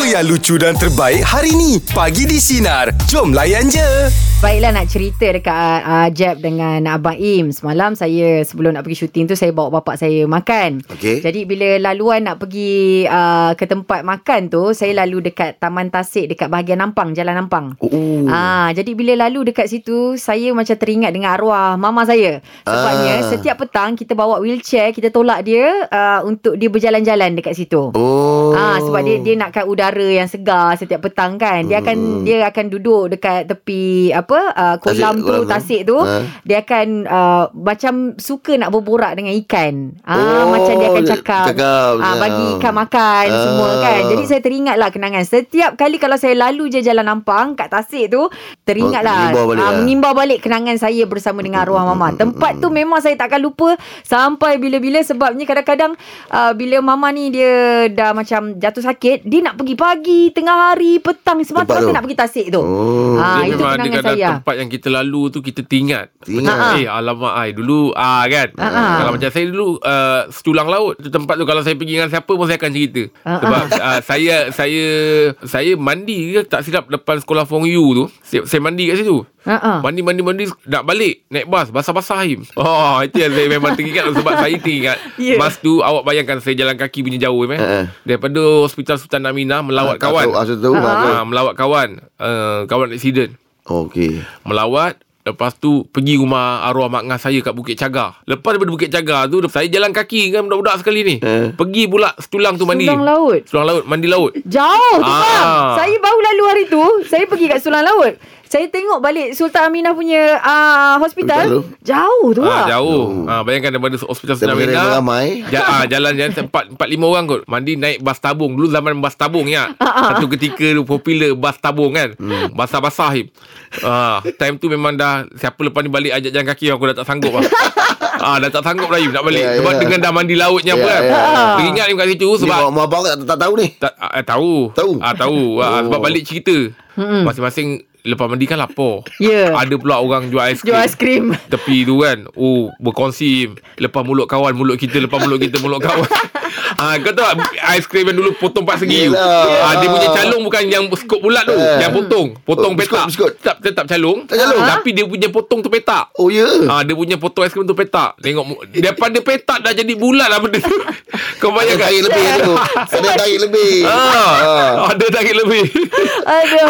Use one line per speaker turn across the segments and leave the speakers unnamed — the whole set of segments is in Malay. yang lucu dan terbaik hari ni. Pagi di Sinar. Jom layan je.
Baiklah nak cerita dekat uh, Jeb dengan Abang Im Semalam saya sebelum nak pergi syuting tu Saya bawa bapak saya makan
Okey.
Jadi bila laluan nak pergi uh, ke tempat makan tu Saya lalu dekat Taman Tasik Dekat bahagian Nampang, Jalan Nampang
Oh.
Ah, Jadi bila lalu dekat situ Saya macam teringat dengan arwah mama saya Sebabnya
Ah.
setiap petang kita bawa wheelchair Kita tolak dia uh, Untuk dia berjalan-jalan dekat situ
Oh.
Ah sebab dia dia nakkan udara yang segar setiap petang kan. Dia akan
Hmm.
dia akan duduk dekat tepi apa uh, kolam
Tasik,
tu
kolam tu.
tasik tu.
Ha.
Dia akan uh, macam suka nak berborak dengan ikan. Ah
Oh,
macam dia akan
dia
cakap,
cakap,
ah,
ya.
bagi ikan makan
Ah.
semua kan. Jadi saya teringatlah kenangan. Setiap kali kalau saya lalu je jalan Nampang kat tasik tu, teringatlah
Mengimbau balik
ah,
lah.
mengimbau balik kenangan saya bersama dengan arwah mama. Tempat tu memang saya takkan lupa sampai bila-bila sebabnya kadang-kadang uh, bila mama ni dia dah macam jatuh sakit, dia nak pergi pagi, tengah hari, petang semata-mata
tu.
nak pergi tasik tu.
Oh.
Ah,
Dia
itu
memang ada
kenangan
kadang
saya.
tempat yang kita lalu tu kita teringat.
Teringat.
Macam, Eh alamak ai dulu ah kan.
Ah.
Kalau macam saya dulu uh, setulang laut tu tempat tu kalau saya pergi dengan siapa pun saya akan cerita.
Ah,
Sebab uh, saya saya saya mandi ke tak silap depan sekolah Fong Yu tu. Saya, saya mandi kat situ.
Ha ah.
Mandi mandi mandi nak balik naik bas basah-basah Haim. Oh itu yang saya memang teringat sebab saya teringat
Ya.
bas tu awak bayangkan saya jalan kaki punya jauh eh.
Ah, ah.
Daripada Hospital Sultan Aminah melawat kawan.
Tahu, asal tahu.
Ah, melawat kawan uh, Kawan accident
Okey.
Melawat Lepas tu Pergi rumah arwah mak ngah saya Kat Bukit Cagar Lepas daripada Bukit Cagar tu Saya jalan kaki dengan budak-budak sekali ni
Eh.
Pergi pula Setulang tu mandi
Setulang laut.
Setulang laut Mandi laut
Jauh tu
Ah.
bang Saya baru lalu hari tu Saya pergi kat Sulan Laut Saya tengok balik Sultan Aminah punya uh, hospital
Hospital tu?
Jauh tu
Ah,
bang
jauh. Ah, bayangkan daripada hospital Sultan
Daripada
Aminah.
ramai.
Ja, ah, jalan jalan empat empat lima orang kot. Mandi naik bas tabung. Dulu zaman bas tabung ya.
Ah,
Satu ketika tu popular bas tabung kan.
Hmm.
Basah-basah. Him. Ah, time tu memang dah siapa lepas ni balik ajak jalan kaki aku dah tak sanggup lah. ah, dah tak sanggup lah Him nak balik.
Ya,
sebab
ya.
dengan dah mandi lautnya apa
Ya,
kan.
ya, ya.
Teringat Him kat situ
Sebab
sebab
ni, mak abang tak, tak tahu ni.
tak, ah, tahu.
Tahu?
Ah, tahu. Ah,
Oh.
sebab balik cerita. Masing-masing lepas mandi kan lapar.
Hmm. Ya.
Ada pula orang jual aiskrim.
Jual aiskrim
Tepi tu kan Oh berkongsi Lepas mulut kawan Mulut kita Lepas mulut kita Mulut kawan Ah, kau tahu tak aiskrim yang dulu potong empat segi tu.
Yelah.
Ah, dia punya calung bukan yang skop bulat tu,
Eh.
yang potong, potong
Oh,
petak.
biskut, biskut.
Tetap tetap calung. Ah,
Tak calung.
Tapi dia punya potong tu petak.
Oh, ya.
Ah, dia punya potong aiskrim tu petak. Tengok mu- daripada petak dah jadi bulat lah benda tu. Kau
Ada
bayangkan.
tarik lebih tu. Ada tarik lebih.
Ah, ada tarik lebih.
Aduh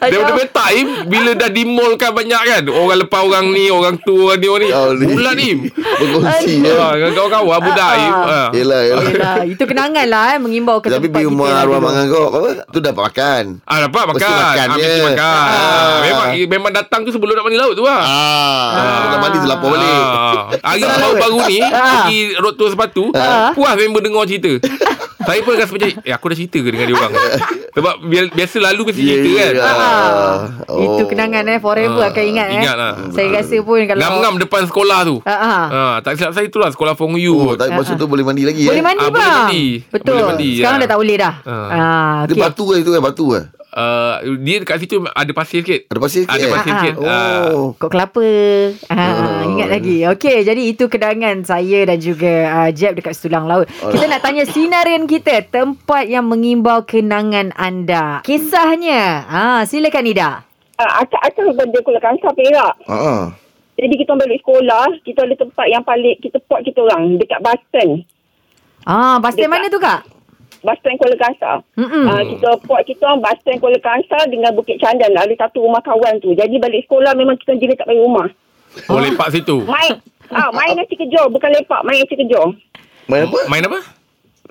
Daripada
Aduh
petak Im Bila dah dimolkan banyak kan Orang lepas orang ni Orang tu orang ni, orang ni.
Oh, ni.
Bulan Im
Berkongsi ya.
Ah, dengan kawan-kawan budak
Ah.
Im. Ah.
Yelah, yelah.
Yelah, itu kenangan lah eh, Mengimbau ke
Tapi
tempat
pergi
kita
rumah
yang
arwah
dulu.
mangan kau apa? Tu dapat makan.
Ah dapat makan.
Mesti makan
ah,
dia.
mesti makan.
Ah.
Ah. Memang memang datang tu sebelum nak mandi laut tu lah.
Ah, ah. mandi tu lapar balik.
Ah. Hari baru, baru ni
Ah.
pergi road tour sepatu,
Ah.
puas member dengar cerita. Saya pun rasa macam Eh aku dah cerita ke dengan dia orang Sebab bi- biasa lalu mesti cerita
Ya,
kan
ya.
Ah,
Oh.
Itu kenangan eh Forever
Ah,
akan ingat eh
ingat lah.
Saya rasa pun kalau
Ngam-ngam depan sekolah tu
Ah, ah.
Ah, Tak silap saya tu lah Sekolah Fong Yu
Oh, tapi masa tu boleh mandi lagi
Boleh
eh.
mandi
Ah, boleh
bang
mandi.
Betul
Boleh mandi,
Sekarang
ya.
dah tak boleh dah
Ah.
ah,
Dia
okay.
batu ke itu kan batu ke?
uh, Dia dekat situ Ada pasir sikit
Ada pasir sikit,
Ada
eh?
pasir
Ah, ah.
sikit Ah.
Oh.
Kok kelapa ha,
Oh.
Ingat lagi Okey jadi itu kedangan saya dan juga uh, Jeb dekat Setulang Laut
Oh.
Kita nak tanya sinarin kita Tempat yang mengimbau kenangan anda Kisahnya ha, Silakan Ida
Ah, akak akak benda Kuala Kangsar Perak.
Ha ah.
Jadi kita balik sekolah, kita ada tempat yang paling kita port kita orang dekat bus stand.
Ah, Bas stand
Dekat.
mana tu kak?
Bus stand Kuala Kangsar.
Mm-mm.
Ah, kita port kita orang bus stand Kuala Kangsar dengan Bukit Candan. Ada satu rumah kawan tu. Jadi balik sekolah memang kita jenis tak balik rumah.
Oh lepak situ
Main ah, main nasi kejor. Bukan lepak, main nasi kejor.
Main apa?
Main apa?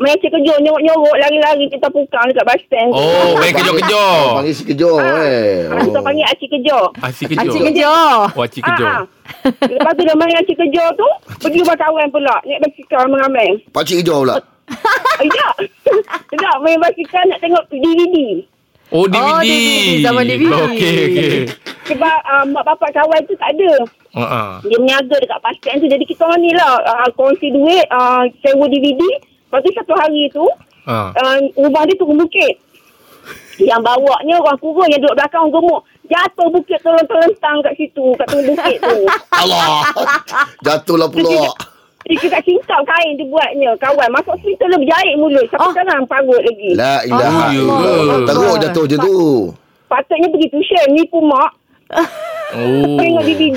Main nasi kejor, nyorok-nyorok, lari-lari kita pukang dekat bus stand. tu.
Oh, main
Oh,
kejor-kejor.
panggil si kejor eh.
Ah, kita panggil Acik Kejor.
Aci
Acik
kejor.
Kejor
Oh, aci kejor.
ah. Lepas tu dia main Acik Kejor tu, pergi rumah kawan pula. Naik basikal ramai-ramai.
Pakcik kejor pula.
Eh, Tak. Tak, main basikal nak tengok DVD.
Oh, DVD.
Oh, DVD, zaman DVD.
Okey, okey.
Sebab uh, mak bapak kawan tu tak ada.
Ha ah.
Dia meniaga dekat pasien tu. Jadi kita orang ni lah uh, kongsi duit, uh, sewa DVD. Lepas tu satu hari tu,
Ha.
uh, rumah dia turun bukit. Yang bawanya orang kurus yang duduk belakang orang gemuk. Jatuh bukit terlentang-lentang kat situ, kat tengah bukit tu.
Allah. Jatuhlah pula.
Dia kat singkap kain dia buatnya Kawan masuk hospital dia berjahit mulut Sampai
Ah.
sekarang parut lagi
La ilaha.
ya
illallah.
ke?
Teruk jatuh je tu.
Patutnya pergi tuition Ni pun mak
Oh.
Tengok DVD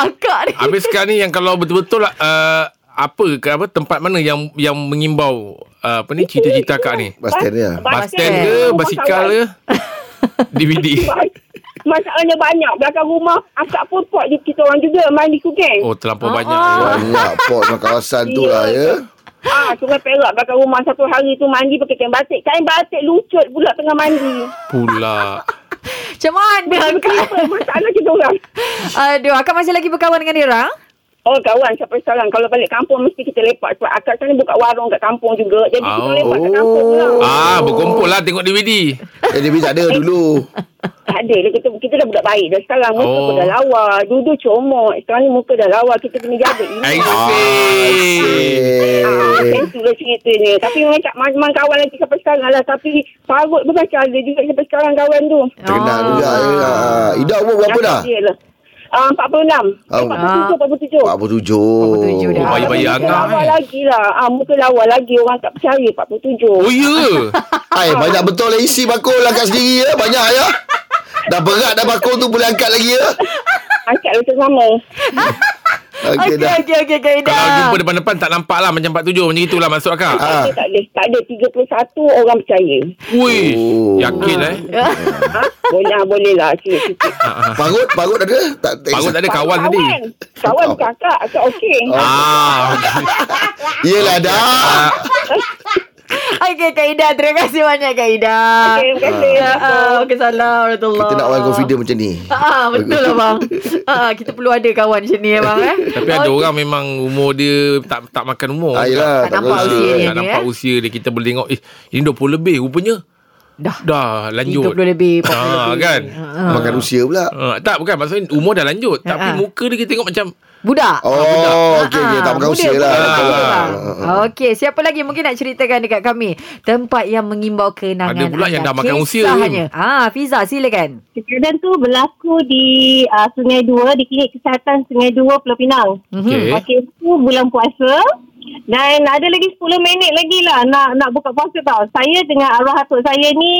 Akak ni.
Habis sekarang ni yang kalau betul-betul uh, apa ke apa tempat mana yang yang mengimbau uh, apa ni cita-cita kak ni?
Bastian dia.
Bus stand ke, basikal ke? DVD.
Masalahnya banyak Belakang rumah Akak pun pot je kita orang juga Main di Kugeng
Oh, terlampau
Ah,
banyak.
ah.
Banyak port dalam kawasan tu lah ya.
Ah, sungai perak belakang rumah satu hari tu mandi pakai kain batik. Kain batik lucut pula tengah mandi.
Pula.
Macam mana akak?
Kenapa masalah kita orang?
Aduh, akak masih lagi berkawan dengan dia orang?
Oh kawan sampai sekarang kalau balik kampung mesti kita lepak sebab akak sana buka warung kat kampung juga. Jadi kita
Oh.
lepak kat kampung pula.
Ah, berkumpul lah tengok DVD.
Eh, dia tak ada dulu.
Tak ada lah kita kita dah budak baik dah sekarang muka
Oh.
pun dah lawa, duduk comot. Sekarang ni muka dah lawa kita kena jaga ini.
I see.
Eh,
Ah, itulah ceritanya. Tapi memang tak memang kawan lagi sampai sekarang lah. Tapi parut pun macam ada juga sampai sekarang kawan tu.
Oh.
Terkenal juga ya. Ah, Ida umur berapa dah?
Dia lah. Ah, 46.
Oh.
Eh, 47, 47.
47
47
dah.
Oh, bayi-bayi
muka
anak
lawa
eh.
lagi lah. Ah, muka lawa lagi. Orang tak percaya 47.
Oh, ya.
Hai, banyak betul lah isi bakul lah kat sendiri ya. Banyak ya. Dah berat dah bakul tu boleh angkat lagi ya.
Angkat lah sama.
Okey
Okey,
dah.
okey, okey, okey, Ida.
Kalau jumpa depan-depan tak nampak lah macam 47 macam itulah maksud akak.
Ah.
Tak ada, tak ada. 31 orang percaya.
Wih,
Oh.
yakin eh.
ha? Boleh, ah, boleh lah. Sikit-sikit.
Parut, parut ada? Tak,
Eh,
tak
Bagus tak ada kawan tadi.
Kawan. Kawan kakak. Kakak okey.
Ah, okey.
Yelah dah.
Ah,
Okey, Kak Ida. Terima kasih banyak, Kak Ida.
Okey, terima kasih.
Ya, ah, Waalaikumsalam warahmatullahi
Kita nak orang confident macam ni.
Ah, betul lah bang. Ah, kita perlu ada kawan macam ni abang eh.
tapi ada orang memang umur dia tak tak makan umur.
Ah, yelah,
Tak nampak
boleh.
usia dia.
Tak nampak
eh?
usia dia Kita boleh tengok Eh ini 20 lebih rupanya
Dah.
Dah lanjut
30 lebih, 40
Ah,
lebih.
kan
Makan usia pula.
Ah, Tak bukan Maksudnya umur dah lanjut Tapi
Ah.
muka dia kita tengok macam
Budak.
Oh, okey okey tak makan
muda
usia
pun
lah.
tak
Ah.
muda, bang. Okey, siapa lagi mungkin nak ceritakan dekat kami tempat yang mengimbau kenangan
Ada pula
anda.
yang dah makan usia.
Kisahnya. Ah, Fiza silakan.
Kejadian tu berlaku di uh, Sungai Dua, di klinik kesihatan Sungai Dua, Pulau Pinang.
Eh? Mm-hmm.
Okay
Okey, itu bulan puasa dan ada lagi 10 minit lagi lah nak nak buka puasa tau. Saya dengan arwah atuk saya ni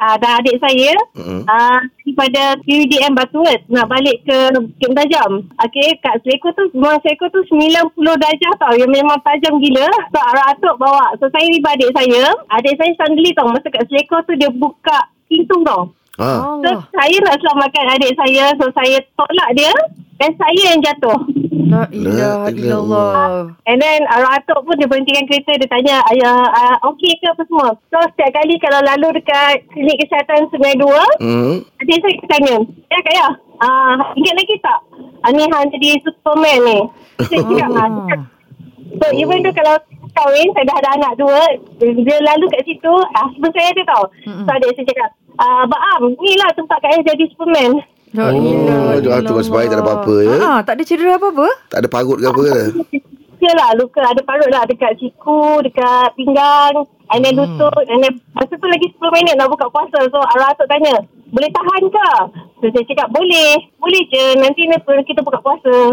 uh, dan adik saya
Mm-mm.
uh, daripada UDM Batuat nak balik ke Kem Tajam. Okey, kat Seleko tu, rumah Seleko tu 90 darjah tau. Yang memang tajam gila. So arwah atuk bawa. So saya riba adik saya. Adik saya sandali tau. Masa kat Seleko tu dia buka pintu tau.
Ah.
Ha.
So
Allah.
saya nak selamatkan adik saya So saya tolak dia Dan saya yang jatuh
La
La
ilaha
ilaha
illallah.
And then arwah atuk pun dia berhentikan kereta Dia tanya ayah uh, okey ke apa semua So setiap kali kalau lalu dekat Klinik kesihatan Sungai Dua
Hmm.
Adik saya tanya Ya kak ya uh, Ingat lagi tak Ah, Ni Han jadi Superman ni Saya
Oh,
cakap ah,
Ah.
So even tu kalau kahwin Saya dah ada anak dua Dia lalu kat situ ah, Sebelum saya ada tau So adik saya cakap uh, Abang Am Ni lah tempat kak Ayah jadi Superman
La
Oh,
ilaha
doa tu
illallah.
sebaik, tak ada apa-apa, ya?
Ah, tak ada cedera apa-apa.
Tak ada parut ke apa ke?
luka lah luka ada parut lah dekat siku dekat pinggang and then
Hmm.
lutut and then masa tu lagi 10 minit nak buka puasa so arwah atuk tanya boleh tahan ke so saya cakap boleh boleh je nanti ni pun kita buka puasa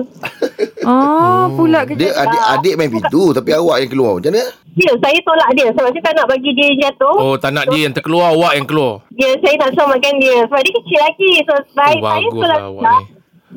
Ah, pula kerja.
Hmm. Dia adik-adik main pintu tapi awak yang keluar. Macam mana?
dia Ya, saya tolak dia sebab saya tak nak bagi dia jatuh
Oh tak nak dia yang terkeluar Awak yang keluar
dia saya nak selamatkan dia sebab dia kecil lagi so baik
Oh,
saya
Bagus
tolak
lah awak
dia.
ni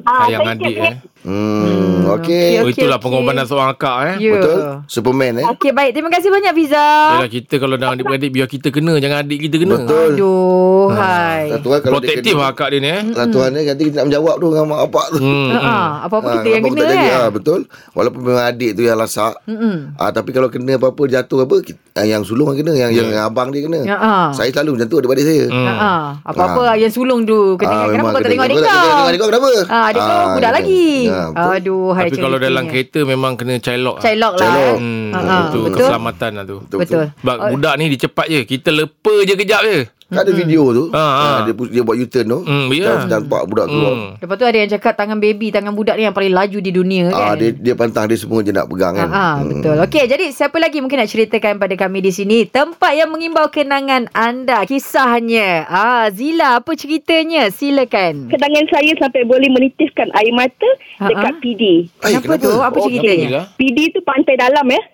Ah,
Sayang
saya
adik
cakap,
eh
Hmm,
okey,
okey.
Oh itulah
okey.
pengorbanan seorang akak eh
Ya.
Betul? Superman eh.
Okey, baik. Terima kasih banyak Fiza.
Yalah kita kalau dengan adik-beradik Biar kita kena Jangan adik kita kena
Betul.
Aduh, hai.
Ah, Satu hal kalau dia
Protektif
kena-
lah akak dia ni eh
Hmm.
Satu hal ni nanti kita nak menjawab tu dengan mak bapak tu.
Hmm,
Ah,
hmm.
ah, apa-apa
Ah,
kita yang
kenapa
kena
tak jaga?
kan. Hmm.
Ah, betul. Walaupun memang adik tu yang lasak.
Mm-mm.
Ah, tapi kalau kena apa-apa jatuh apa ki- ah, yang sulung yang kena, yang yang abang dia kena.
Ya, ah.
Saya selalu macam tu daripada saya.
Ha
Hmm.
ah, apa-apa yang sulung tu kena
Ah,
ah, kenapa
memang
kau tak
kena.
tengok adik
Kenapa
kau?
tak tengok adik kau? Kenapa?
Ah, adik kau
Ah,
budak
kena.
lagi.
Ya, betul.
Aduh, hai
Tapi kalau
eh.
dalam kereta Memang kena cailok lah.
Cai lock lah.
Cailok.
eh.
Hmm,
Ah, ah,
Itu
betul.
keselamatan lah tu
Betul.
Sebab
Oh.
budak ni dia cepat je Kita lepa je kejap je
Kan
hmm.
ada video tu.
Ha, ha.
Ah, Dia, pu- dia buat U-turn tu.
Hmm, ya.
Dan nampak budak tu.
Hmm.
Lepas tu ada yang cakap tangan baby, tangan budak ni yang paling laju di dunia kan.
Ah, dia dia pantang dia semua je nak pegang kan.
Ah,
Hmm.
betul. Okey, jadi siapa lagi mungkin nak ceritakan pada kami di sini tempat yang mengimbau kenangan anda, kisahnya. Ah, Zila, apa ceritanya? Silakan.
Kenangan saya sampai boleh menitiskan air mata
Ha,
dekat
ha.
PD.
Eh,
Kenapa, tu? Apa
Oh,
ceritanya?
Zila?
PD tu pantai dalam eh.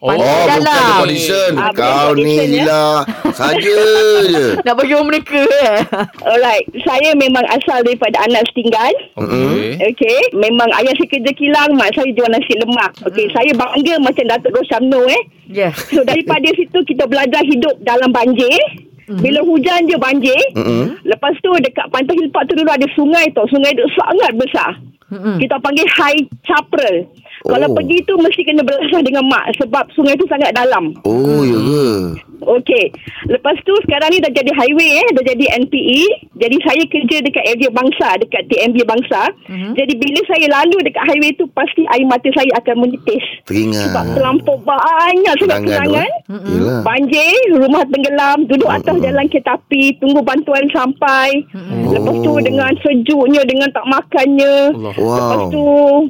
Oh,
Dalam.
bukan the condition.
Ah, bukan
Kau ni
condition, ya.
Zila. Saja je.
Nak bagi orang mereka eh?
Alright, saya memang asal daripada anak setinggan.
Okey.
Okey, memang ayah saya kerja kilang, mak saya jual nasi lemak. Okey, saya bangga macam Datuk Rosyamno eh.
Ya.
So daripada situ kita belajar hidup dalam banjir. Bila hujan je banjir. Lepas tu dekat pantai Hilpak tu dulu ada sungai tau. Sungai tu sangat besar.
Mm-mm.
Kita panggil high chapral. Kalau
Oh.
pergi tu mesti kena belasah dengan mak sebab sungai tu sangat dalam.
Oh, ya ke?
Okey. Lepas tu sekarang ni dah jadi highway eh, dah jadi NPE. Jadi saya kerja dekat area Bangsa, dekat TMB Bangsa.
Mhm.
Jadi bila saya lalu dekat highway tu pasti air mata saya akan menitis.
Teringat.
Sebab terlampau banyak sangat
Kenangan tu.
kenangan.
eh? Yelah.
Banjir, rumah tenggelam, duduk atas jalan kereta api, tunggu bantuan sampai. Lepas tu
Oh.
dengan sejuknya, dengan tak makannya.
Allah.
Lepas
Wow.
tu,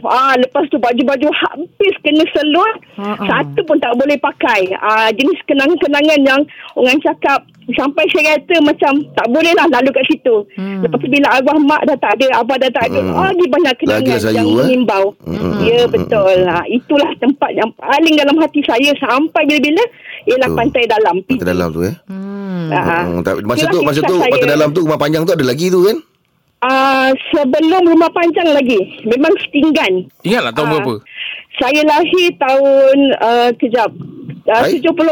ah lepas tu baju-baju habis kena selut.
Ha, ha.
Satu pun tak boleh pakai. Ah jenis kenangan-kenangan yang orang cakap sampai saya kata macam tak boleh lah lalu kat situ.
Hmm.
Lepas tu bila arwah mak dah tak ada, abah dah tak ada, ah,
Hmm.
lagi banyak kenangan
Lagi lah
yang
sayu, eh?
mengimbau.
Hmm.
Ya betul. Ah itulah tempat yang paling dalam hati saya sampai bila-bila ialah
Betul.
pantai dalam.
Mata dalam tu eh.
Hmm.
Ah,
Hmm, tapi masa
itulah
tu masa
kisah
tu
saya.
mata dalam tu rumah panjang tu ada lagi tu kan?
Ah sebelum rumah panjang lagi, memang setinggan.
Ingat tak tahun
Ah.
berapa?
Saya lahir tahun uh, kejap uh,
Hai?
74.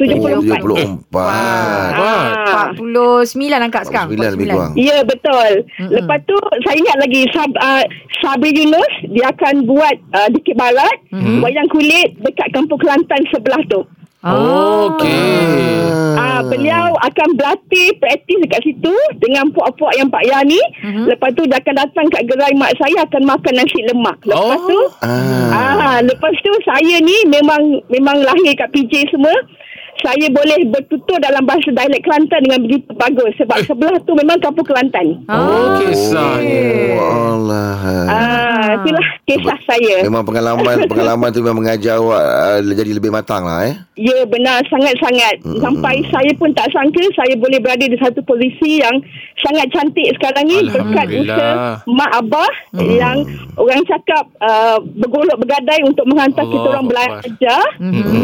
74.
Oh, 74.
Ah.
49 angkat sekarang.
49 lebih kurang.
Ya betul.
Mm-mm.
Mm-hmm. Lepas tu saya ingat lagi Sab, uh, Sabri Yunus dia akan buat uh, Dikit Barat
Mhm.
mm-hmm. wayang kulit dekat Kampung Kelantan sebelah tu.
Ah.
Okey.
Hmm.
Ah, beliau akan berlatih praktis dekat situ dengan puak-puak yang Pak Yani.
Mhm.
Mm-hmm. Lepas tu dia akan datang kat gerai mak saya akan makan nasi lemak. Lepas
Oh.
tu
Ah.
Ah, lepas tu saya ni memang memang lahir kat PJ semua. Saya boleh bertutur dalam bahasa dialek Kelantan dengan begitu bagus sebab sebelah tu memang kampung Kelantan.
Ah.
Mm,
Oh, kisahnya.
Oh, Allah.
Ah, itulah kisah saya.
Memang pengalaman pengalaman tu memang mengajar awak uh, jadi lebih matang lah eh.
Ya, benar sangat-sangat. Sampai saya pun tak sangka saya boleh berada di satu posisi yang sangat cantik sekarang ni berkat
Alhamdulillah.
usaha mak abah yang orang cakap uh, bergolok bergadai untuk menghantar
Allah
kita orang
Akbar.
belajar.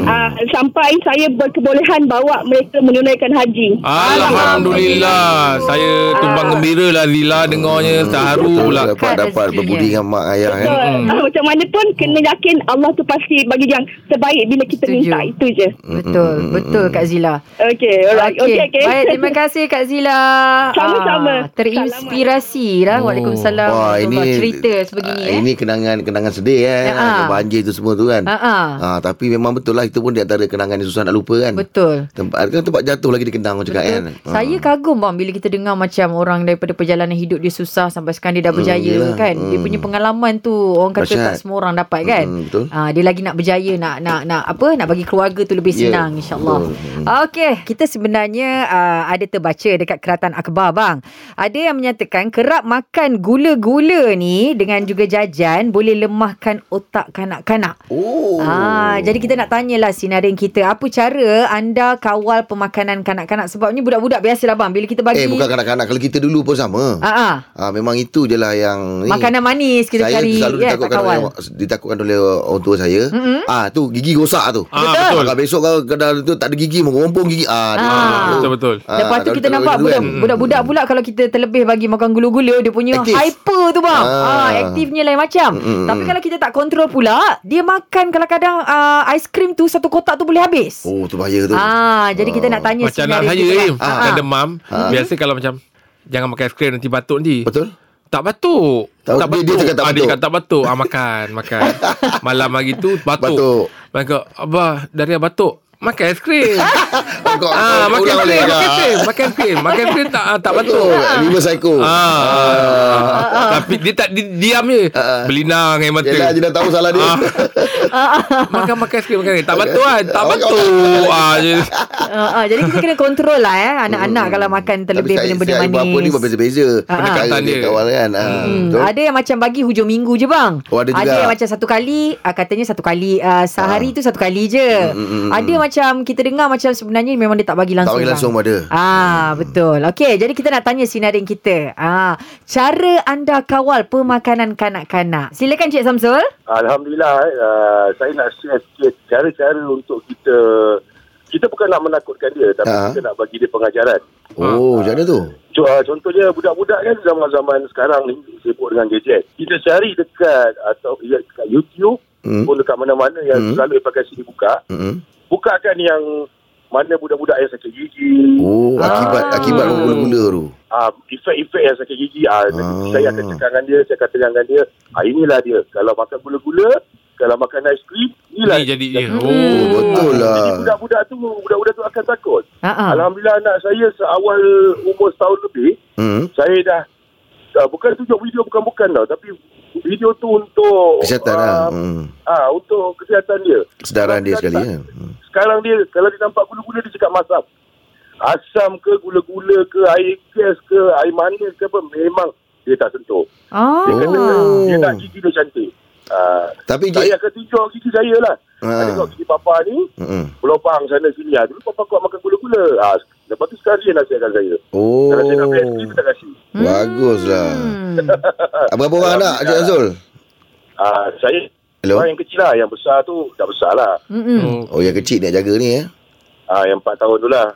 Ah, sampai saya berkebolehan bawa mereka menunaikan haji.
Ah, Alhamdulillah. Saya tumbang gembira lah Lila dengarnya. Terharu
Betul,
pula.
Dapat
Dekat
dapat
rezekinya.
berbudi dengan mak ayah kan.
Betul. Ah, macam mana pun kena yakin Allah tu pasti bagi yang terbaik bila kita
Setuju.
minta itu je.
mm,
Betul, betul Kak Zila.
Okey, alright. Okey, okey.
Baik, terima kasih Kak Zila.
Sama-sama.
Ah, terinspirasi lah.
Oh.
Waalaikumsalam.
Wah ini
warahmatullahi. Cerita sebegini
ah,
eh.
Ini kenangan-kenangan sedih eh.
Ya, ah.
Ah, Banjir tu semua tu kan.
Ah, ah.
Ah, tapi memang betul lah itu pun di antara kenangan yang susah nak lupa kan.
Betul.
Tempat kan tempat jatuh lagi dikenang orang cakap kan.
Betul. Saya kagum bang bila kita dengar macam orang daripada perjalanan hidup dia susah sampai sekarang dia dah berjaya
yelah.
kan. Dia
Hmm.
punya pengalaman tu orang kata
Dahsyat.
tak semua orang dapat kan.
Hmm, betul.
Ah, dia lagi nak berjaya nak nak nak apa nak bagi keluarga tu lebih
Ya,
senang insyaallah.
betul. Hmm.
Okey, kita sebenarnya uh, ada terbaca dekat Keratan Akhbar bang. Ada yang menyatakan kerap makan gula-gula ni dengan juga jajan boleh lemahkan otak kanak-kanak.
Oh.
Ah, jadi kita nak tanyalah sinarin kita apa cara anda kawal pemakanan kanak-kanak sebabnya budak-budak biasalah bang bila kita bagi
Eh bukan kanak-kanak Kalau kita dulu pun sama
ah, ah,
Ah, memang itu je lah yang ni.
makanan manis kita
saya
cari
selalu
kan tak
ditakutkan
kawal.
oleh, ditakutkan oleh orang tua saya. Mm-hmm. Ah tu gigi rosak tu.
Ah, betul.
Kalau besok kalau kedai tu tak ada gigi mengompong gigi. Ah,
Ah.
dia macam tu.
Betul, betul.
Ah,
Lepas tu
kalau
kita
tak
nampak
macam tu
budak,
kan.
budak-budak pula kalau kita terlebih bagi makan gula-gula dia punya
Aktif.
hyper tu bang. Ah.
Ah.
aktifnya lain macam.
Mm-mm.
Tapi kalau kita tak kontrol pula, dia makan kadang-kadang ah, aiskrim tu satu kotak tu boleh habis.
Oh tu bahaya tu.
Ah, jadi kita nak tanya
Macam anak
sinarin
saya
kita,
ni.
bang. Ah,
Dah
ah.
demam. Biasa kalau macam. Jangan makan aiskrim nanti batuk nanti.
Betul?
Tak batuk.
Tak, dia- dia cakap tak
ah, Dia
batuk.
cakap tak batuk. Ah, makan, makan. Malam hari tu batuk.
Batuk.
Mereka, Abah, dari yang batuk. Makan aiskrim.
Kau-
ah,
kau-
makan
ulang balik.
aiskrim, makan
Ah.
aiskrim, makan aiskrim. Makan aiskrim tak ah, tak
Betul.
betul.
Lima Ah. psycho.
Ah. Tapi dia tak dia, diam je. Belinang air mata.
Ah, Yelah, dia dah tahu salah dia.
Ah. makan makan aiskrim makan aiskrim. Tak betul kan? Tak
Makan-
betul. Ah je.
Uh, uh, jadi kita kena kontrol lah eh Anak-anak kalau makan terlebih
Hmm. Tapi saya-
benda-benda
saya
manis
Apa ni berbeza-beza. Pendekatan dia.
dia.
Kawan kan. Ah,
Hmm,
betul.
ada yang macam bagi hujung minggu je bang
Oh, ada juga. Ah.
yang macam satu kali uh, Katanya satu kali uh, Sehari tu satu kali je
Hmm,
Ada macam Kita dengar macam sebenarnya Memang dia tak bagi
Tak
langsung
bagi
bang.
langsung Hmm. pada.
Ah betul. Okey, jadi kita nak tanya sinarin kita. Ah, cara anda kawal pemakanan kanak-kanak. Silakan Cik Samsul.
Alhamdulillah uh, saya nak share sikit cara-cara untuk kita kita bukan nak menakutkan dia tapi
Ha.
ha. kita nak bagi dia pengajaran.
Oh, macam mana tu?
Co- ah, Contohnya budak-budak kan zaman-zaman sekarang ni sibuk dengan gadget. Kita cari dekat atau ya, dekat YouTube
Hmm.
hmm. pun dekat mana-mana yang
Hmm.
hmm. selalu aplikasi dibuka.
Mm-mm.
Bukakan yang mana budak-budak yang sakit gigi,
Oh, akibat
Ah.
akibat bergula-gula tu.
ah, efek-efek yang sakit gigi. Ah,
Ah.
nanti Saya akan cakap dengan dia, saya akan terang dengan dia. Ah, inilah dia. Kalau makan gula-gula, kalau makan aiskrim, inilah
Ni jadi dia.
Oh,
Oh.
betul lah.
Jadi budak-budak tu budak-budak tu akan takut.
Ha ah.
Ha. Alhamdulillah anak saya seawal umur setahun lebih,
Hmm.
saya dah uh, bukan tunjuk video bukan-bukan tau, tapi video tu untuk
Kesihatan lah. Hmm.
ah, untuk kesihatan dia.
Kesedaran dia
Kalau
sekali
tak-
kan. Hmm.
Sekarang dia kalau dia nampak gula-gula dia cakap masam. Asam ke gula-gula ke air gas ke air manis ke apa memang dia tak sentuh.
Ah.
Dia kata
Oh.
dia nak gigi dia cantik. Ah,
Tapi
saya
Cik,
akan tunjuk gigi saya lah. Ha.
Eh, Ah.
Tengok gigi papa ni
Mm-mm.
Pelopang sana sini ah. Dulu papa kuat makan gula-gula ah. Lepas tu sekarang dia nasihatkan saya
Oh.
Kalau saya nak beli aiskrim tak kasi
Hmm.
Baguslah. Berapa Oh. orang anak Cik Azul?
ah, Saya
Hello?
Orang yang kecil lah Yang besar tu Tak besar lah
Hmm.
Oh,
Oh.
yang kecil nak jaga ni eh.
ah, Yang 4 tahun tu lah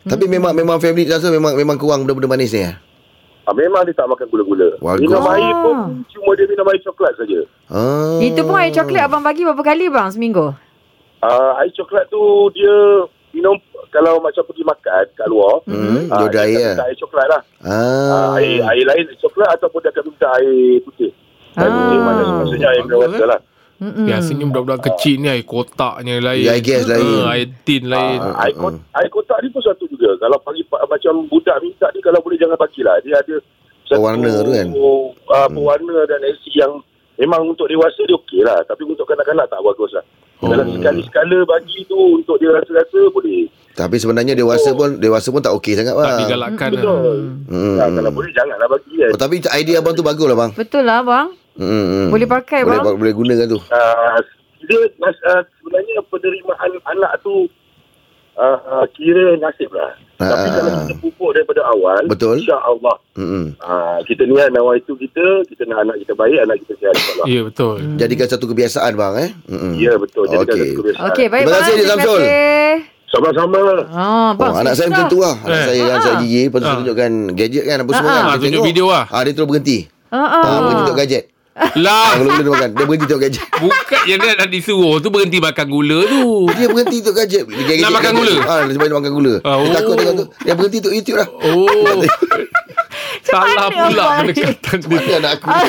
Hmm.
Tapi memang memang family Cik Azul memang memang kurang benda-benda manis ni eh.
ah, Memang dia tak makan gula-gula
Bagus.
Minum air pun
Ah.
Cuma dia minum air coklat saja
Ah.
Itu pun air coklat abang bagi berapa kali bang seminggu?
ah, Air coklat tu Dia Minum Kalau macam pergi makan Kat luar
Hmm,
ah,
dia ada air
akan
lah.
minta air coklat lah
Ah.
ah. air, air lain coklat Ataupun dia akan minta air putih Air putih
Ah.
mana Maksudnya air
Bagus,
minum water lah
Mm-mm.
Biasanya budak-budak kecil ni air kotaknya lain.
Ya, air gas lain.
Ah, air tin lain.
Ah, air, kot,
mm.
air kotak ni pun satu juga. Kalau pagi pa- macam budak minta ni kalau boleh jangan bagilah. Dia ada satu
Pewarna tu kan?
Uh, pewarna dan esi yang memang untuk dewasa dia okey lah. Tapi untuk kanak-kanak tak bagus lah.
Oh.
Dalam sekali-sekala bagi tu untuk dia rasa-rasa boleh.
Tapi sebenarnya
Oh.
dewasa pun dewasa pun tak okey sangat
Tak
bang.
digalakkan. lah.
Betul.
Hmm.
Nah, Ah, Ya, kalau boleh janganlah bagi kan.
Oh, tapi idea abang tu bagus lah bang.
Betul lah bang.
Hmm, hmm.
Boleh pakai,
boleh,
bang.
Boleh, boleh gunakan tu.
Ah, dia nas- ah, sebenarnya penerimaan anak tu ah, ah, kira nasib lah. Tapi
Ah.
kalau kita pupuk daripada awal,
Betul.
insya-Allah
Hmm.
Ah, kita niat awal itu kita, kita nak anak kita baik, anak kita sihat insyaAllah.
Ya, betul.
Jadikan satu kebiasaan bang eh. Hmm.
Ya, betul. Jadi okay.
Okey.
satu kebiasaan.
Okey, baik
Terima
bang.
kasih, Cik Samsul.
kasih.
Sama-sama.
Ah,
Oh,
bang.
anak saya macam tu lah. Anak
Eh.
saya kan saya
Ah.
gigi lepas tu
Ah.
tunjukkan gadget kan apa semua
Ah.
kan.
Ah,
Dia
tunjuk
tengok,
video lah.
Ah dia terus berhenti.
Ha
Ah, berhenti tengok gadget. Ah,
Lah,
kalau boleh dia makan. Dia berhenti tengok gadget.
bukan yang dia nak disuruh tu berhenti makan gula tu.
Dia berhenti tengok gadget. Dia gadget
Nak makan gula?
Ah, dia sebab dia makan gula.
Ah,
Dia
oh.
takut tengok tu. Dia berhenti tengok YouTube lah.
Oh. Salah
mana,
pula
Abang?
pendekatan dia.
Mana anak aku?
Ah.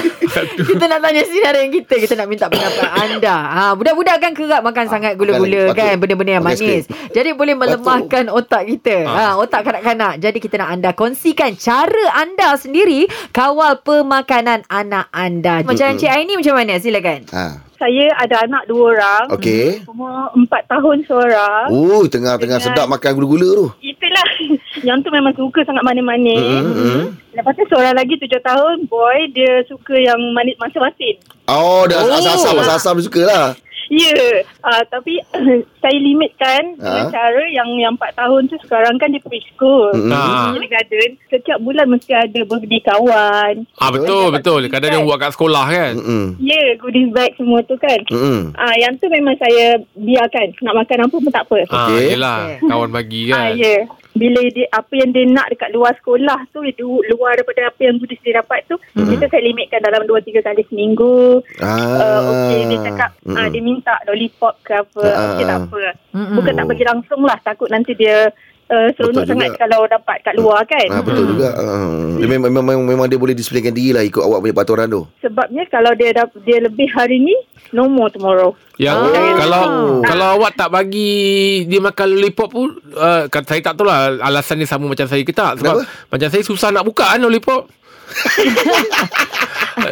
kita nak tanya sinaran kita Kita nak minta pendapat anda ha, Budak-budak kan kerap makan sangat gula-gula
Ah, makan
kan
patut.
Benda-benda yang
Makan
manis Jadi boleh melemahkan otak kita ha.
Ah.
Otak kanak-kanak Jadi kita nak anda kongsikan Cara anda sendiri Kawal pemakanan anak anda Macam Encik Aini macam mana? Silakan
Ha.
Saya ada anak dua orang.
Okey.
Umur empat tahun seorang.
Oh, tengah-tengah sedap makan gula-gula tu.
Itulah. Yang tu memang suka sangat manis-manis.
Hmm?
Mm-hmm.
Lepas tu seorang lagi tujuh tahun, boy, dia suka yang manis masing-masing.
Oh, dah oh. asam-asam, asam dia suka lah.
Ya, uh, tapi saya limitkan
Ha?
dengan cara yang yang 4 tahun tu sekarang kan dia preschool.
Mm-mm.
Mm-hmm.
Ah,
Garden, setiap bulan mesti ada birthday kawan.
ah betul betul. Kadang dia buat kat sekolah kan.
Mm-mm.
Ya, yeah, goodies bag semua tu kan.
Mm-mm.
Ah, yang tu memang saya biarkan. Nak makan apa pun tak apa.
Ah,
Hmm, Okey.
yelah. Kawan bagi
Ah,
kan.
ya. Yeah. Bila dia, apa yang dia nak dekat luar sekolah tu, dia du- luar daripada apa yang goodies dia dapat tu,
Hmm.
mm-hmm. kita saya limitkan dalam 2-3 kali seminggu.
Ah.
Uh, okey, dia cakap
Mm-mm.
ah, dia minta lollipop ke apa.
Ah,
Okey,
ah,
tak
ah.
apa.
Mm-mm.
Bukan tak bagi langsung lah. Takut nanti dia uh, seronok
Betul
sangat
juga.
kalau dapat kat luar kan.
Ha, betul juga. Uh, dia memang, memang memang dia boleh displaykan diri lah ikut awak punya peraturan tu.
Sebabnya kalau dia dah, dia lebih hari ni, no more tomorrow.
Yang oh. kalau kalau awak tak bagi dia makan lollipop pun uh, kat- saya tak tahu lah alasan dia sama macam saya ke tak sebab Kenapa? macam saya susah nak buka kan lollipop.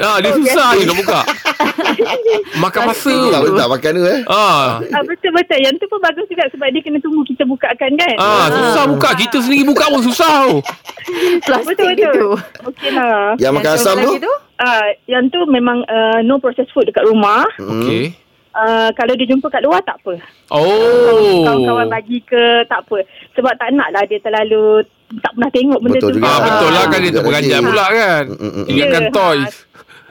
ah, dia susah je nak buka. Makan masa.
Tak boleh tak makan tu eh.
Ah.
Ah, betul-betul. Yang tu pun bagus juga sebab dia kena tunggu kita bukakan kan.
Ah, susah buka. Kita sendiri buka pun susah tau.
Plastik dia tu.
Okey lah.
Yang makan
satu
asam tu.
lagi
Ah, yang tu memang uh, no processed food dekat rumah.
Okey.
Uh, kalau dia jumpa kat luar tak apa.
Oh.
Kawan-kawan bagi ke tak apa. Sebab tak nak lah dia terlalu tak pernah tengok benda
Betul
tu.
juga.
Ah, betul lah kan dia
Juga
tak beranjak
lagi.
pula kan.
mm,
Dia kan
Ya.
toys.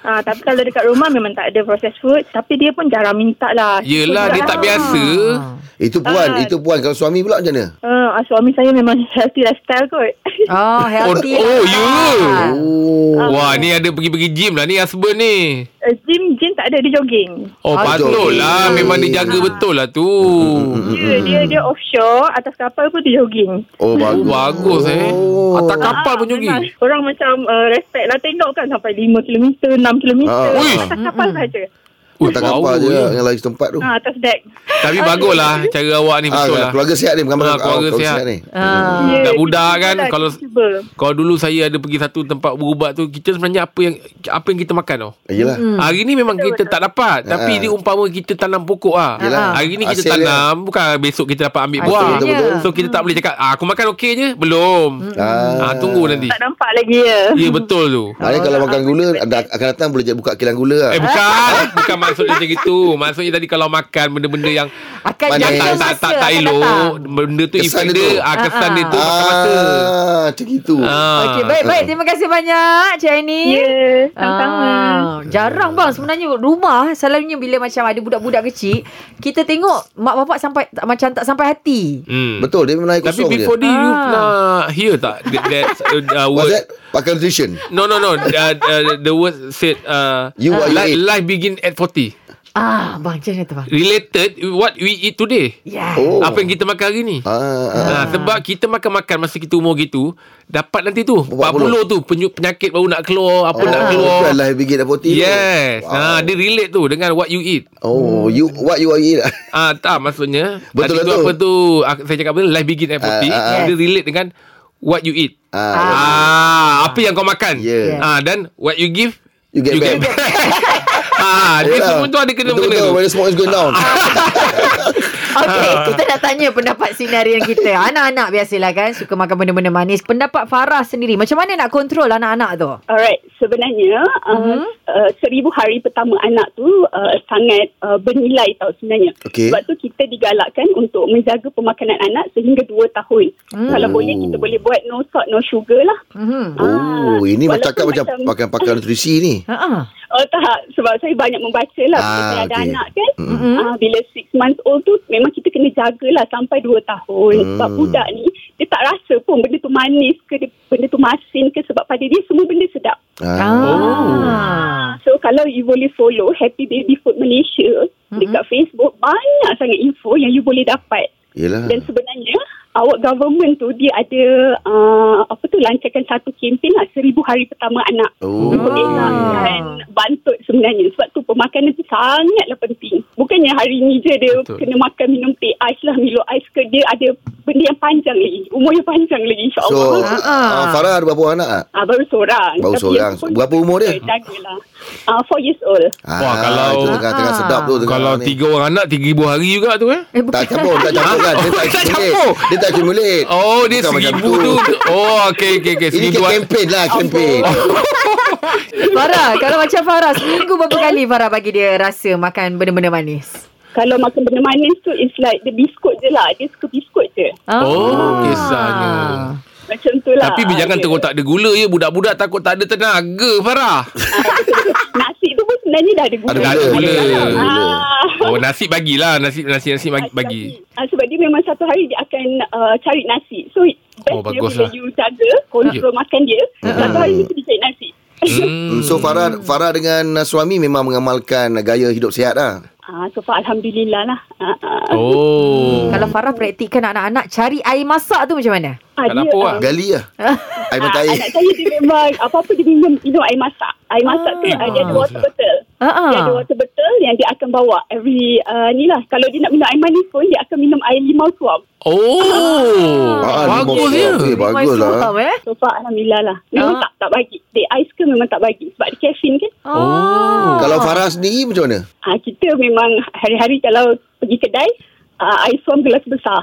Ah, tapi kalau dekat rumah memang tak ada processed food. Tapi dia pun jarang minta lah.
Yelah dia tak biasa.
Itu puan,
Ah.
itu puan. Kalau suami pula macam mana?
Uh, suami saya memang healthy lifestyle kot.
Oh,
Oh,
healthy.
oh you.
Ah.
Oh.
Wah, ni ada pergi-pergi gym lah ni husband ni.
Uh, gym, gym tak ada, dia jogging.
Oh,
Ah,
patut
jogging.
lah. Memang dia
Hmm.
jaga betul lah tu.
Dia, dia, dia offshore, atas kapal pun dia jogging. Ah,
Oh,
Oh,
bagus.
bagus eh.
Oh.
Atas kapal pun jogi.
memang Orang macam uh, respect lah tengok kan sampai 5 km, 6 km.
Ah.
Ui.
Atas kapal saja.
Ui,
Atas
bau
kapal je
je.
lah, yang lari setempat tu.
Ha, atas deck.
Tapi bagus lah cara awak Ah. ni
Ah,
betul lah.
keluarga sihat ni bukan
Ah,
ah,
keluarga sihat.
ni.
Ah.
Ya,
budak
kita
kan,
lah,
kalau-
cuba.
Kalau dulu saya ada pergi satu tempat berubat tu, kita sebenarnya apa yang apa yang kita makan tau.
Yalah.
Hmm. Hari ni memang kita tak dapat Tapi
Ha.
dia umpama kita tanam pokok lah
Yelah.
Hari ni kita
Hasil dia.
tanam Bukan besok kita dapat ambil
Hasil
buah
dia. Betul, betul.
So kita tak boleh cakap ah, Aku makan okey je Belum
Hmm.
ah. Tunggu nanti
Tak nampak lagi ya.
Ya betul tu
Maknanya kalau makan gula ada- akan datang boleh buka kilang gula lah.
Eh bukan Bukan maksudnya macam itu Maksudnya tadi kalau makan Benda-benda yang
Akan
Mana
Yang
jatuh
tak
masa
tak tak, tak
akan datang.
elok Benda tu
Kesan
efek
dia tu.
dia ah, Kesan dia tu Makan masa
Ah, macam itu.
Ah.
Okey, baik-baik. Terima kasih banyak, Cik Aini.
Ya, sama-sama.
Ah, jarang bang sebenarnya rumah selalunya bila macam ada budak-budak kecil kita tengok mak bapak sampai tak, macam tak sampai hati.
hmm.
Betul, dia memang air
Tapi
kosong je.
before this You
Ah.
pernah hear tak That, that uh,
What's
word
that? Pakai nutrition.
No no no uh, uh, The word said uh,
You are your
li-
age.
Life begin at 40
Ah, bang macam mana tu bang? Ya.
Related What we eat today
Yeah.
Oh.
Apa yang kita makan hari ni
Ah, ah, ah.
Ha, sebab kita makan-makan masa kita umur gitu dapat nanti tu 40 tu penyu- penyakit baru nak keluar apa
Oh,
nak keluar
Bukan live begin at 40 tu.
yes
Wow.
ha dia relate tu dengan what you eat
Oh, you what you are eat. lah.
ah tak maksudnya
Betul
tadi tu
lah tu.
apa tu aku- saya cakap apa life begin at 40
Ah, ah,
ah.
dia relate dengan what you eat
Ah,
ah, apa yang kau makan
Yeah.
ah dan what you give
you get back.
ah dia
Yelah.
semua tu ada kena mengena
Betul-betul,
tu Ah.
when the smoke is going down.
Okey, kita nak tanya pendapat sinarian kita. Anak-anak biasalah kan suka makan benda-benda manis. Pendapat Farah sendiri, macam mana nak kontrol anak-anak tu?
Alright, sebenarnya uh, uh, seribu hari pertama anak tu uh, sangat uh, bernilai tau sebenarnya.
Okey.
Sebab tu kita digalakkan untuk menjaga pemakanan anak sehingga dua tahun. Kalau boleh kita boleh buat no salt, no sugar lah. Ah,
Hmm.
Oh, ini
Walaupun
macam macam
macam-
pakai pakai nutrisi ni.
Ha ah.
Oh tak, sebab saya banyak membaca lah bila
Ah,
saya ada
okey. Mm-hmm.
anak kan.
Mm-mm.
Ah, bila six months old tu memang kita kena jagalah sampai dua tahun.
Hmm.
Sebab budak ni dia tak rasa pun benda tu manis ke dia- benda tu masin ke sebab pada dia semua benda sedap.
Ah.
Ah.
So kalau you boleh follow Happy Baby Food Malaysia mm-hmm. dekat Facebook banyak sangat info yang you boleh dapat.
Yelah.
Dan sebenarnya awak government tu dia ada uh, apa tu lancarkan satu kempen lah seribu hari pertama anak.
Oh.
Untuk elakkan kan bantut sebenarnya Sebab tu pemakanan tu sangatlah penting Bukannya hari ni je dia
Betul.
Betul. kena makan minum teh ais lah Milo ais ke dia ada benda yang panjang lagi Umur yang panjang lagi
ya. So,
insyaAllah so,
ah, Farah ada berapa anak? ah?
Ah, baru seorang
Baru
Tapi
seorang.
yang pun
Berapa umur dia?
kita Jagalah uh, Four years old
Wah, kalau-
itu tengah, tengah
Ah.
sedap Ah, tu tengah
kalau
ni.
tiga orang anak 3000 hari juga tu eh
Eh, bukan.
tak campur, tak campur kan. Dia tak
Oh, tak
accumulate.
campur.
Dia tak accumulate.
Oh dia
Bukan macam
seribu tu Oh okey okey okey
Ini
Seribu Hmm. hari-
campaign lah, campaign.
Farah, kalau macam Farah, seminggu berapa kali Farah bagi dia rasa makan benda-benda manis?
Kalau makan benda manis tu It's like the biskut je lah Dia suka biskut je
Ah.
Oh, kisahnya.
Macam tu lah
Tapi jangan
Dia-
terus tak ada gula ya Budak-budak takut tak ada tenaga Farah
Nasi tu pun sebenarnya dah ada gula
Ada
Tak ada
gula.
gula
Ada gula.
Ah.
Oh nasi bagilah Nasi nasi nasi bagi,
Sebab-
bagi.
Ah, sebab dia memang satu hari dia akan uh, cari nasi. So, best
Oh,
oh, dia
bagus
bila
lah. Ya.
you jaga, kontrol makan dia. Satu hari mesti dia cari nasi.
Hmm.
So Farah Farah dengan uh, suami memang mengamalkan gaya hidup sihat lah.
Ah, Ah, so far Alhamdulillah lah. Ah, ah.
Oh.
Kalau Farah praktikkan anak-anak cari air masak tu macam mana?
Ah,
kat dapur lah.
Gali lah. Air mata
ah,
air.
anak saya dia memang apa-apa dia minum minum air masak. Air masak tu
Ah.
ah, dia ada water bottle.
Ha ah.
Dia ada
Oh.
water bottle yang dia akan bawa every uh, ni lah. Kalau dia nak minum air manis pun dia akan minum air limau suam.
Oh.
Ah, limau
Bagus
suam.
ya.
Eh, bagus lah.
eh?
So far Alhamdulillah lah. Memang
Ah.
tak tak bagi. Dia ais ke memang tak bagi sebab dia caffeine kan.
Oh.
Kalau Farah sendiri macam mana?
Ah, kita memang hari-hari kalau pergi kedai ah, air suam gelas besar.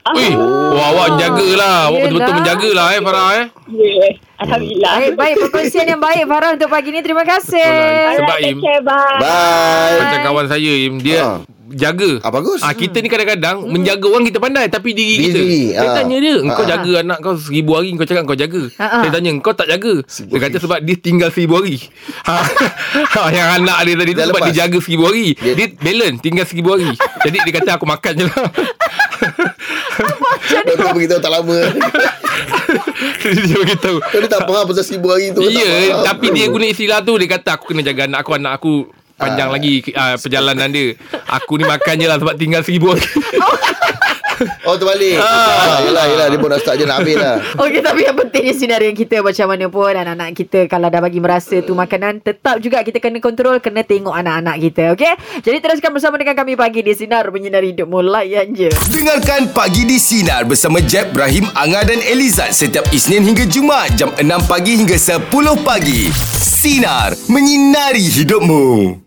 Ah,
Ui,
Oh.
wah awak jagalah. Awak
Yelah.
betul-betul menjagalah eh Farah eh.
yeah. Alhamdulillah.
Baik, baik. Perkongsian yang baik Farah untuk pagi ni. Terima kasih.
Alright. Sebab,
Alright,
Im.
take care, bye.
Bye.
Macam kawan saya Im, dia
Ah.
jaga.
Ah, bagus.
Ah kita
Hmm.
ni kadang-kadang menjaga orang kita pandai tapi diri
Diri,
kita. Saya
ah.
tanya dia, engkau
Ah.
jaga anak kau seribu hari kau cakap kau jaga.
Ah, ah.
Saya tanya engkau tak jaga.
Seribu
Dia kata sebab dia tinggal seribu hari. ha. Ha, yang anak dia tadi tu
Dah
sebab
lepas.
dia jaga seribu hari.
Dia-
Dia balance tinggal seribu hari. Jadi dia kata aku makan je lah.
Doktor beritahu tak lama.
dia beritahu.
Kau ni tak faham pasal sibuk hari tu. kau tak
Ya
faham.
Tapi dia guna istilah tu Dia kata aku kena jaga anak aku Anak aku Panjang lagi uh, Perjalanan dia Aku ni makan je lah Sebab tinggal seribu hari
Oh terbalik. Ah. Yelah, yelah. Dia pun dah start je nak ambil lah.
Okey tapi yang pentingnya sinarian kita macam mana pun anak-anak kita kalau dah bagi merasa tu makanan tetap juga kita kena kontrol kena tengok anak-anak kita okey. Jadi teruskan bersama dengan kami pagi di sinar menyinari hidupmu layan je.
Dengarkan Pagi di Sinar bersama Jeb, Ibrahim, Anga dan Elizad setiap Isnin hingga Jumaat jam 6 pagi hingga 10 pagi. Sinar, menyinari hidupmu.